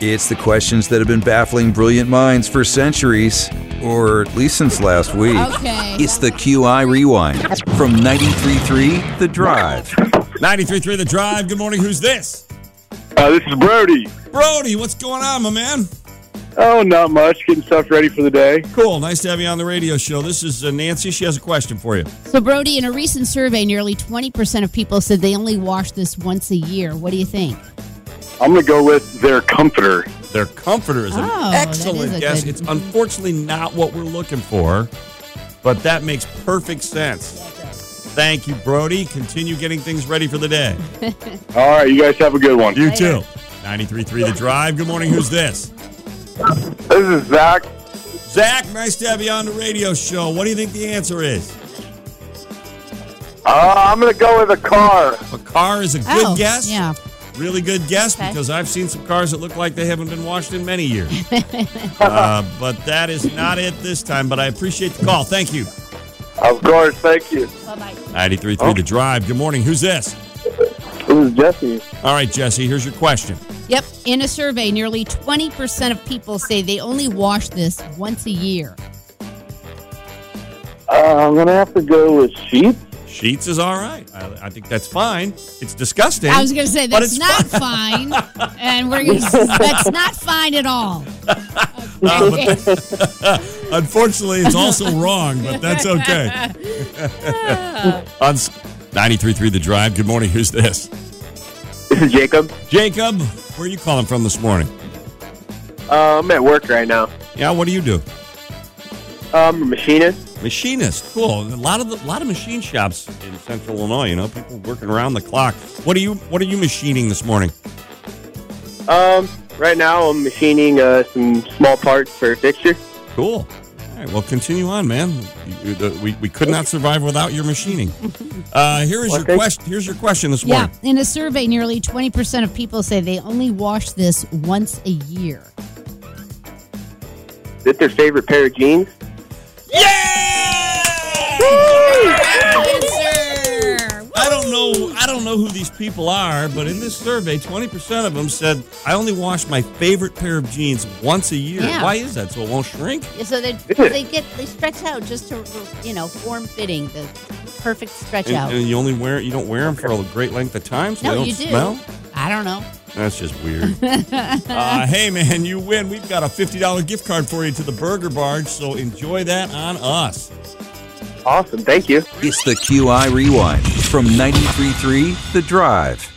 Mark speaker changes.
Speaker 1: It's the questions that have been baffling brilliant minds for centuries, or at least since last week.
Speaker 2: Okay.
Speaker 1: It's the QI Rewind from 93.3 The Drive.
Speaker 3: 93.3 The Drive. Good morning. Who's this?
Speaker 4: Uh, this is Brody.
Speaker 3: Brody, what's going on, my man?
Speaker 4: Oh, not much. Getting stuff ready for the day.
Speaker 3: Cool. Nice to have you on the radio show. This is uh, Nancy. She has a question for you.
Speaker 2: So, Brody, in a recent survey, nearly 20% of people said they only wash this once a year. What do you think?
Speaker 4: I'm going to go with their comforter.
Speaker 3: Their comforter is an
Speaker 2: Oh, that
Speaker 3: excellent
Speaker 2: is a
Speaker 3: guess.
Speaker 2: good-
Speaker 3: It's unfortunately not what we're looking for, but that makes perfect sense. Thank you, Brody. Continue getting things ready for the day.
Speaker 4: All right, you guys have a good one.
Speaker 3: You too. 93.3 The Drive. Good morning. Who's this?
Speaker 4: This is Zach.
Speaker 3: Zach, nice to have you on the radio show. What do you think the answer is?
Speaker 4: Uh, I'm going to go with a car.
Speaker 3: A car is a good
Speaker 2: oh,
Speaker 3: guess.
Speaker 2: Yeah.
Speaker 3: Really good guess
Speaker 2: Okay.
Speaker 3: because I've seen some cars that look like they haven't been washed in many years. uh, but that is not it this time. But I appreciate the call. Thank you.
Speaker 4: Of course, thank you.
Speaker 3: 93.3 The Drive. Good morning. Who's this?
Speaker 4: This is Jesse.
Speaker 3: All right, Jesse, here's your question.
Speaker 2: Yep. In a survey, nearly 20% of people say they only wash this once a year.
Speaker 4: Uh, I'm going to have to go with sheep.
Speaker 3: Sheets is all right. I, I think that's fine. It's disgusting.
Speaker 2: I was going to say
Speaker 3: But
Speaker 2: that's
Speaker 3: it's
Speaker 2: not fine. and we're going to that's not fine at all. Okay.
Speaker 3: Unfortunately, it's also wrong, but that's okay. On s- 93.3 The Drive. Good morning. Who's this?
Speaker 4: This is Jacob.
Speaker 3: Jacob, where are you calling from this morning?
Speaker 4: Uh, I'm at work right now. Uh,
Speaker 3: Yeah, what do you do?
Speaker 4: I'm a machinist.
Speaker 3: Machinist, cool. A lot of the, lot of machine shops in Central Illinois. You know, people working around the clock. What are you What are you machining this morning?
Speaker 4: Um, right now, I'm machining uh, some small parts for a fixture.
Speaker 3: Cool. All right, well, continue on, man. You- you- the- We, we could not survive without your machining. Uh, here is
Speaker 4: Well,
Speaker 3: your
Speaker 4: thank-
Speaker 3: question. Here's your question this
Speaker 2: Yeah.
Speaker 3: morning.
Speaker 2: In a survey, nearly 20% of people say they only wash this once a year.
Speaker 4: Is it their favorite pair of jeans?
Speaker 2: Answer.
Speaker 3: I don't know. I don't know who these people are, but in this survey, twenty percent of them said I only wash my favorite pair of jeans once a year.
Speaker 2: Yeah.
Speaker 3: Why is that? So it won't shrink.
Speaker 2: So they they get they stretch out just to you know form fitting the perfect stretch
Speaker 3: And,
Speaker 2: out.
Speaker 3: and you only wear you don't wear them for a great length of time, so
Speaker 2: No,
Speaker 3: they don't
Speaker 2: you do.
Speaker 3: smell.
Speaker 2: I don't know.
Speaker 3: That's just weird. uh, hey, man, you win. We've got a $50 gift card for you to the Burger Barge, so enjoy that on us.
Speaker 4: Awesome, thank you.
Speaker 1: It's the QI Rewind from 93.3 The Drive.